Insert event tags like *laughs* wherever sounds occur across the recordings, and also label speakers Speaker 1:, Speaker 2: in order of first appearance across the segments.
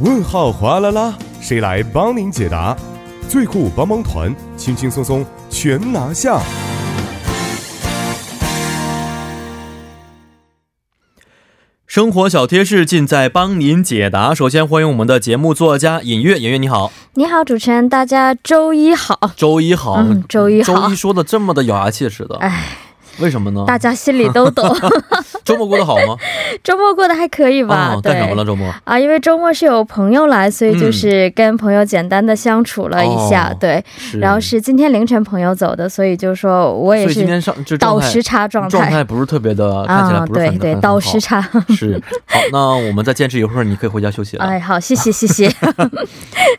Speaker 1: 问号哗啦啦，谁来帮您解答？最酷帮帮团，轻轻松松全拿下。
Speaker 2: 生活小贴士尽在帮您解答。首先欢迎我们的节目作家尹月，尹月你好，
Speaker 3: 你好，主持人，大家周一好。
Speaker 2: 周一好，
Speaker 3: 嗯周一好
Speaker 2: 周一说的这么的咬牙切齿的，
Speaker 3: 哎，
Speaker 2: 为什么呢？
Speaker 3: 大家心里
Speaker 2: *laughs*
Speaker 3: 都懂。
Speaker 2: 周末过得好
Speaker 3: *laughs*
Speaker 2: 吗？
Speaker 3: 周末过得还可以吧？
Speaker 2: 啊，
Speaker 3: 对
Speaker 2: 干什么了周末？
Speaker 3: 啊，因为周末是有朋友来，所以就是跟朋友简单的相处了一下，
Speaker 2: 哦
Speaker 3: 对。
Speaker 2: 是
Speaker 3: 然后是今天凌晨朋友走的，所以就说我也
Speaker 2: 所以今
Speaker 3: 是
Speaker 2: 天上这状
Speaker 3: 倒
Speaker 2: 态
Speaker 3: 时差状
Speaker 2: 状态不是特别的，看起来
Speaker 3: 啊，
Speaker 2: 不是很、
Speaker 3: 对
Speaker 2: 很
Speaker 3: 对，
Speaker 2: 很
Speaker 3: 倒
Speaker 2: 好
Speaker 3: 时差。
Speaker 2: *laughs* 是好，那我们再坚持一会儿，你可以回家休息了。
Speaker 3: 哎，好，谢谢谢谢。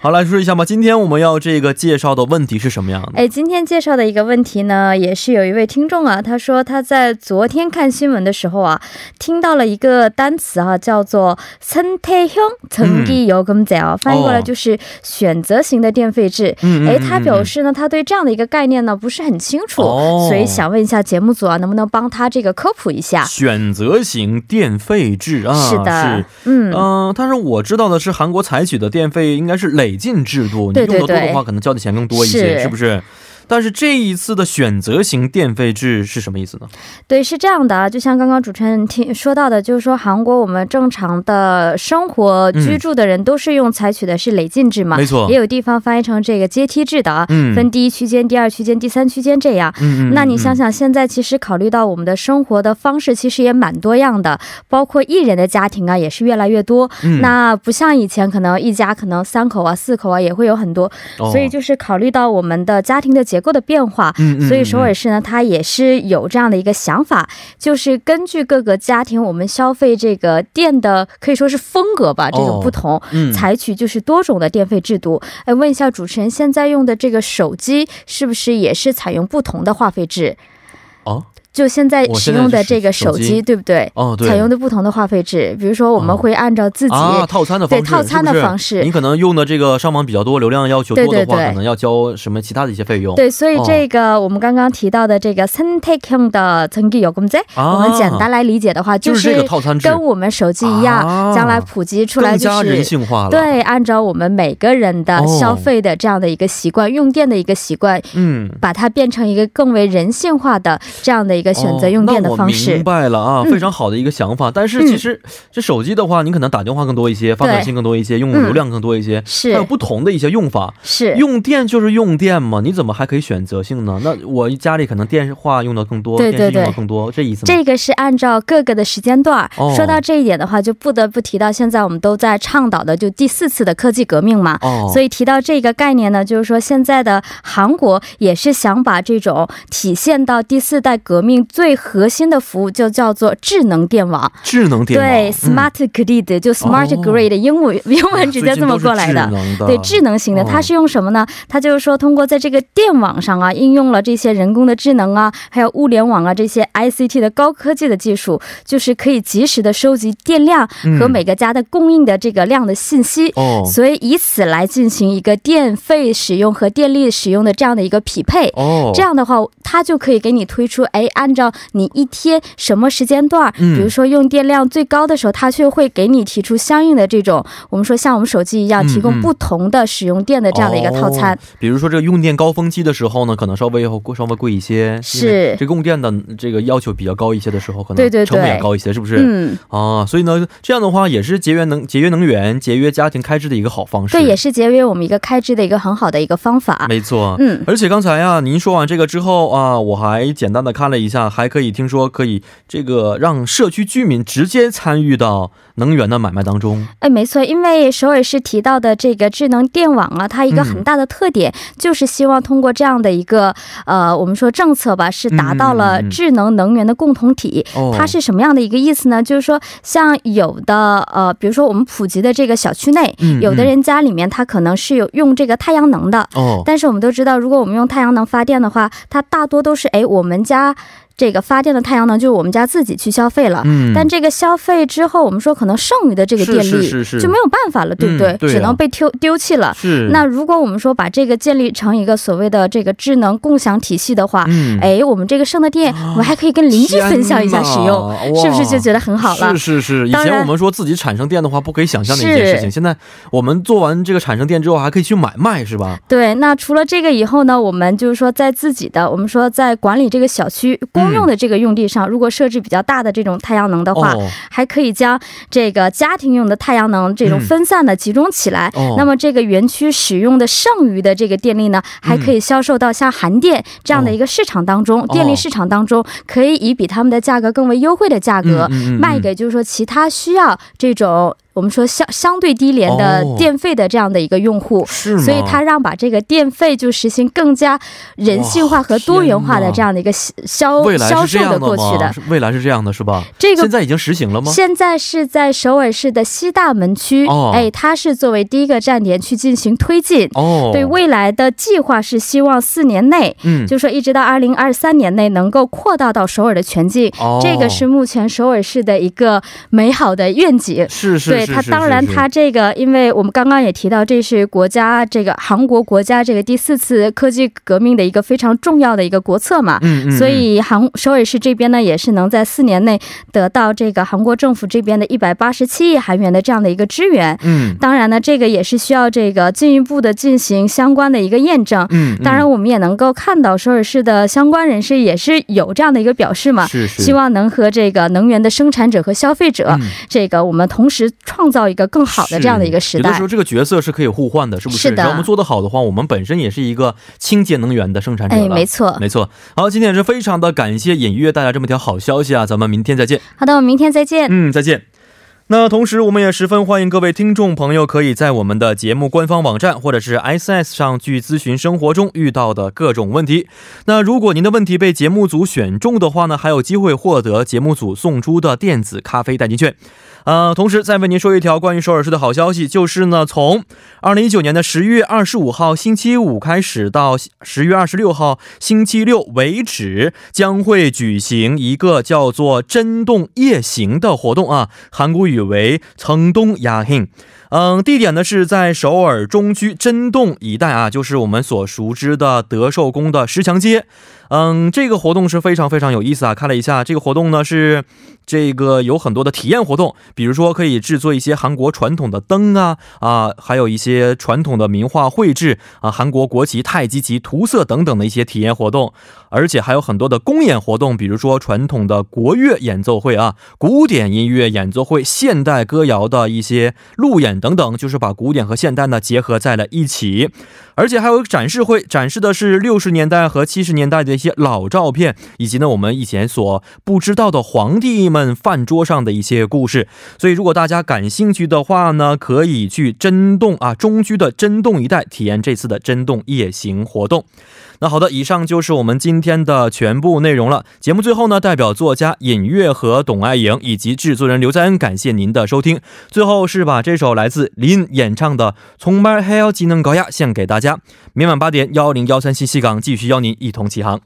Speaker 2: 好，来说一下吧，今天我们要这个介绍的问题是什么样的？
Speaker 3: 哎，今天介绍的一个问题呢，也是有一位听众啊，他说他在昨天看新闻的时候啊，听到了一个单词啊，叫做“선택형曾기요금제”啊，翻译过来就是选择型的电费制。
Speaker 2: 哦嗯
Speaker 3: 哎，他表示呢，他对这样的一个概念呢不是很清楚、
Speaker 2: 哦
Speaker 3: 所以想问一下节目组啊，能不能帮他这个科普一下？
Speaker 2: 选择型电费制啊，
Speaker 3: 是的
Speaker 2: 是，
Speaker 3: 嗯、
Speaker 2: 嗯、但是我知道的是，韩国采取的电费应该是累进制度，
Speaker 3: 对对
Speaker 2: 你用的多的
Speaker 3: 对
Speaker 2: 话，可能交的钱更多一些，
Speaker 3: 是
Speaker 2: 是不是？但是这一次的选择型电费制是什么意思呢？
Speaker 3: 对，是这样的啊，就像刚刚主持人听说到的，就是说韩国我们正常的生活
Speaker 2: 嗯
Speaker 3: 居住的人都是用采取的是累进制嘛，
Speaker 2: 没错
Speaker 3: 也有地方翻译成这个阶梯制的啊，
Speaker 2: 嗯
Speaker 3: 分第一区间、第二区间、第三区间这样。
Speaker 2: 嗯
Speaker 3: 那你想想，现在其实考虑到我们的生活的方式，其实也蛮多样的，包括一人的家庭啊，也是越来越多。
Speaker 2: 嗯
Speaker 3: 那不像以前，可能一家可能三口啊、四口啊也会有很多，
Speaker 2: 哦
Speaker 3: 所以就是考虑到我们的家庭的结构的变化，
Speaker 2: 嗯嗯
Speaker 3: 所以首尔市呢，它也是有这样的一个想法，就是根据各个家庭我们消费这个电的可以说是风格吧，这种不同，
Speaker 2: 嗯
Speaker 3: 采取就是多种的电费制度。哎，问一下主持人，现在用的这个手机是不是也是采用不同的话费制？
Speaker 2: 哦
Speaker 3: 就现在
Speaker 2: 我
Speaker 3: 使
Speaker 2: 现在
Speaker 3: 用的
Speaker 2: 是
Speaker 3: 这个
Speaker 2: 手
Speaker 3: 手
Speaker 2: 机
Speaker 3: 机，对不对？
Speaker 2: 哦对，
Speaker 3: 采用的不同的话费制，比如说我们
Speaker 2: 哦
Speaker 3: 会按照自己
Speaker 2: 啊套餐的方式，
Speaker 3: 对套餐的
Speaker 2: 是不是
Speaker 3: 方式
Speaker 2: 你可能用的这个上网比较多，流量要求多的话，
Speaker 3: 对对对
Speaker 2: 可能要交什么其他的一些费用。
Speaker 3: 对，所以这个我们刚刚提到的这个선택형의전기요금제，
Speaker 2: 啊
Speaker 3: 我们简单来理解的话，
Speaker 2: 就是这个套餐制
Speaker 3: 跟我们手机一样，
Speaker 2: 啊
Speaker 3: 将来普及出来
Speaker 2: 更
Speaker 3: 就
Speaker 2: 加人
Speaker 3: 是。
Speaker 2: 性化了。，
Speaker 3: 对，按照我们每个人的
Speaker 2: 哦
Speaker 3: 消费的这样的一个习惯、用电的一个习惯，
Speaker 2: 嗯，
Speaker 3: 把它变成一个更为人性化的这样的一个选择用电的方
Speaker 2: 哦、那我
Speaker 3: 式嗯
Speaker 2: 明。白了啊，非常好的一个想法。但是其实这手机的话，你可能打电话更多一些，发短信更多一些，用流量更多一些，
Speaker 3: 嗯是
Speaker 2: 它有不同的一些用法。
Speaker 3: 是，
Speaker 2: 用电就是用电嘛，你怎么还可以选择性呢？那我家里可能电话用的更多，
Speaker 3: 对
Speaker 2: 电视用
Speaker 3: 对
Speaker 2: 的
Speaker 3: 对
Speaker 2: 更多，这意思吗？
Speaker 3: 这个是按照各个的时间段儿、
Speaker 2: 哦
Speaker 3: 说到这一点的话，就不得不提到现在我们都在倡导的就第四次的科技革命嘛。
Speaker 2: 哦，
Speaker 3: 所以提到这个概念呢，就是说现在的韩国也是想把这种体现到第四代革命最核心的服务，就叫做智能电网。
Speaker 2: 智能电网
Speaker 3: 对、
Speaker 2: 嗯
Speaker 3: s m a r t Grid 就 Smart
Speaker 2: 哦
Speaker 3: Grid，、英文英文直接这么过来
Speaker 2: 最近
Speaker 3: 的。
Speaker 2: 都是智能的
Speaker 3: 对智能型的，
Speaker 2: 哦
Speaker 3: 它是用什么呢？它就是说，通过在这个电网上啊，应用了这些人工的智能啊，还有物联网啊这些 ICT 的高科技的技术，就是可以及时的收集电量和
Speaker 2: 嗯
Speaker 3: 每个家的供应的这个量的信息。
Speaker 2: 哦
Speaker 3: 所以以此来进行一个电费使用和电力使用的这样的一个匹配。
Speaker 2: 哦，
Speaker 3: 这样的话，它就可以给你推出，哎，按照你一天什么时间段儿，
Speaker 2: 嗯
Speaker 3: 比如说用电量最高的时候，它就会给你提出相应的这种，我们说像我们手机一样，
Speaker 2: 嗯
Speaker 3: 提
Speaker 2: 嗯
Speaker 3: 供不同的使用电的这样的一个套餐。
Speaker 2: 哦比如说这个用电高峰期的时候呢，可能稍微要贵稍微贵一些，
Speaker 3: 是
Speaker 2: 因为这个用电的这个要求比较高一些的时候，可
Speaker 3: 对对
Speaker 2: 能
Speaker 3: 对
Speaker 2: 成本也高一些，是不是？
Speaker 3: 嗯，
Speaker 2: 啊，所以呢，这样的话也是节约能节约能源、节约家庭开支的一个好方式。
Speaker 3: 对，也是节约我们一个开支的一个很好的一个方法。
Speaker 2: 没错。
Speaker 3: 嗯，
Speaker 2: 而且刚才啊，您说完这个之后啊，我还简单的看了一下，还可以听说可以这个让社区居民直接参与到能源的买卖当中。
Speaker 3: 哎，没错，因为首尔市提到的这个智能电网啊，它一个
Speaker 2: 嗯
Speaker 3: 很大的特点、就是希望通过这样的一个呃，我们说政策吧，是达到了
Speaker 2: 嗯嗯嗯嗯
Speaker 3: 智能能源的共同体。
Speaker 2: 哦，
Speaker 3: 它是什么样的一个意思呢？就是说，像有的呃，比如说我们普及的这个小区内，
Speaker 2: 嗯
Speaker 3: 有的
Speaker 2: 嗯
Speaker 3: 人家里面他可能是有用这个太阳能的，
Speaker 2: 哦，
Speaker 3: 但是我们都知道，如果我们用太阳能发电的话，它大多都是哎，我们家这个发电的太阳能就是我们家自己去消费了。
Speaker 2: 嗯，
Speaker 3: 但这个消费之后，我们说可能剩余的这个电力
Speaker 2: 是是是是
Speaker 3: 就没有办法了，对不对？
Speaker 2: 嗯对啊
Speaker 3: 只能被丢丢弃了。
Speaker 2: 是
Speaker 3: 那如果我们说把这个建立成一个所谓的这个智能共享体系的话，
Speaker 2: 嗯啊
Speaker 3: 哎，我们这个剩的电，我们还可以跟邻居分享一下使用，
Speaker 2: 用
Speaker 3: 是不是就觉得很好了
Speaker 2: 是？是是，以
Speaker 3: 当
Speaker 2: 前
Speaker 3: 然
Speaker 2: 我们说自己产生电的话，不可以想象的一件事情。
Speaker 3: 是
Speaker 2: 现在我们做完这个产生电之后，还可以去买卖，是吧？
Speaker 3: 对，那除了这个以后呢，我们就是说在自己的，我们说在管理这个小区公用的这个用地上，如果设置比较大的这种太阳能的话，
Speaker 2: 哦，
Speaker 3: 还可以将这个家庭用的太阳能这种
Speaker 2: 嗯
Speaker 3: 分散的集中起来。
Speaker 2: 哦
Speaker 3: 那么这个园区使用的剩余的这个电力呢，还可以销售到像韩电这样的一个市场当
Speaker 2: 嗯
Speaker 3: 中，
Speaker 2: 哦
Speaker 3: 电力市场当中，可以以比他们的价格更为优惠的价格、
Speaker 2: 嗯嗯嗯嗯
Speaker 3: 卖给就是说其他需要这种我们说相相对低廉的
Speaker 2: 哦
Speaker 3: 电费的这样的一个用户。
Speaker 2: 是吗？
Speaker 3: 所以他让把这个电费就实行更加人性化和多元化的这样的一个销
Speaker 2: 未来
Speaker 3: 销
Speaker 2: 是这
Speaker 3: 售
Speaker 2: 样
Speaker 3: 过去
Speaker 2: 吗
Speaker 3: 的？
Speaker 2: 是未来是这样的，是吧？
Speaker 3: 这个
Speaker 2: 现在已经实行了吗？
Speaker 3: 现在是在首尔市的西大门区，
Speaker 2: 哦
Speaker 3: 哎，它是作为第一个站点去进行推进。
Speaker 2: 哦，
Speaker 3: 对未来的计划是希望四年内，
Speaker 2: 嗯，
Speaker 3: 就说一直到二零二三年内能够扩大到首尔的全境。
Speaker 2: 哦
Speaker 3: 这个是目前首尔市的一个美好的愿景。
Speaker 2: 是是，
Speaker 3: 对
Speaker 2: 是
Speaker 3: 它，
Speaker 2: 是
Speaker 3: 当
Speaker 2: 是
Speaker 3: 然
Speaker 2: 是
Speaker 3: 它这个，因为我们刚刚也提到，这是国家这个韩国国家这个第四次科技革命的一个非常重要的一个国策嘛。
Speaker 2: 嗯嗯，
Speaker 3: 所
Speaker 2: 嗯
Speaker 3: 以韩首尔市这边呢，也是能在四年内得到这个韩国政府这边的一百八十七亿韩元的这样的一个支援。
Speaker 2: 嗯
Speaker 3: 当然呢，这个也是需要这个进一步的进行相关的一个验证。
Speaker 2: 嗯，
Speaker 3: 当然，我们也能够看到首尔市的相关人士也是有这样的一个表示嘛，
Speaker 2: 是是
Speaker 3: 希望能和这个能源的生产者和消费者，
Speaker 2: 嗯
Speaker 3: 这个我们同时创造一个更好的这样的一个时
Speaker 2: 有的
Speaker 3: 代
Speaker 2: 时候。这个角色是可以互换的，是不是？
Speaker 3: 是的
Speaker 2: 只要我们做得好的话，我们本身也是一个清洁能源的生产者
Speaker 3: 哎，
Speaker 2: 了。
Speaker 3: 没错。
Speaker 2: 没错。好，今天也是非常的感谢尹月带来这么条好消息啊，咱们明天再见。
Speaker 3: 好的，我们明天再见。
Speaker 2: 嗯，再见。那同时，我们也十分欢迎各位听众朋友可以在我们的节目官方网站或者是 SS 上去咨询生活中遇到的各种问题。那如果您的问题被节目组选中的话呢，还有机会获得节目组送出的电子咖啡代金券。呃，同时再为您说一条关于首尔市的好消息，就是呢，从二零一九年的十月二十五号星期五开始到十月二十六号星期六为止，将会举行一个叫做“真动夜行”的活动啊，韩国语为“城东야행”。嗯，地点呢是在首尔中区真洞一带啊，就是我们所熟知的德寿宫的石墙街。嗯，这个活动是非常非常有意思啊！看了一下，这个活动呢是这个有很多的体验活动，比如说可以制作一些韩国传统的灯啊啊，还有一些传统的名画绘制啊，韩国国旗、太极旗、涂色等等的一些体验活动，而且还有很多的公演活动，比如说传统的国乐演奏会啊、古典音乐演奏会、现代歌谣的一些路演等等，就是把古典和现代呢结合在了一起。而且还有展示会，展示的是六十年代和七十年代的一些老照片，以及呢我们以前所不知道的皇帝们饭桌上的一些故事。所以如果大家感兴趣的话呢，可以去真洞啊中区的真洞一带体验这次的真洞夜行活动。那好的，以上就是我们今天的全部内容了。节目最后呢，代表作家尹月和董爱颖以及制作人刘在恩，感谢您的收听。最后是把这首来自林演唱的《从말해요지능거야》献给大家。明晚八点幺零幺三信息港继续邀您一同起航。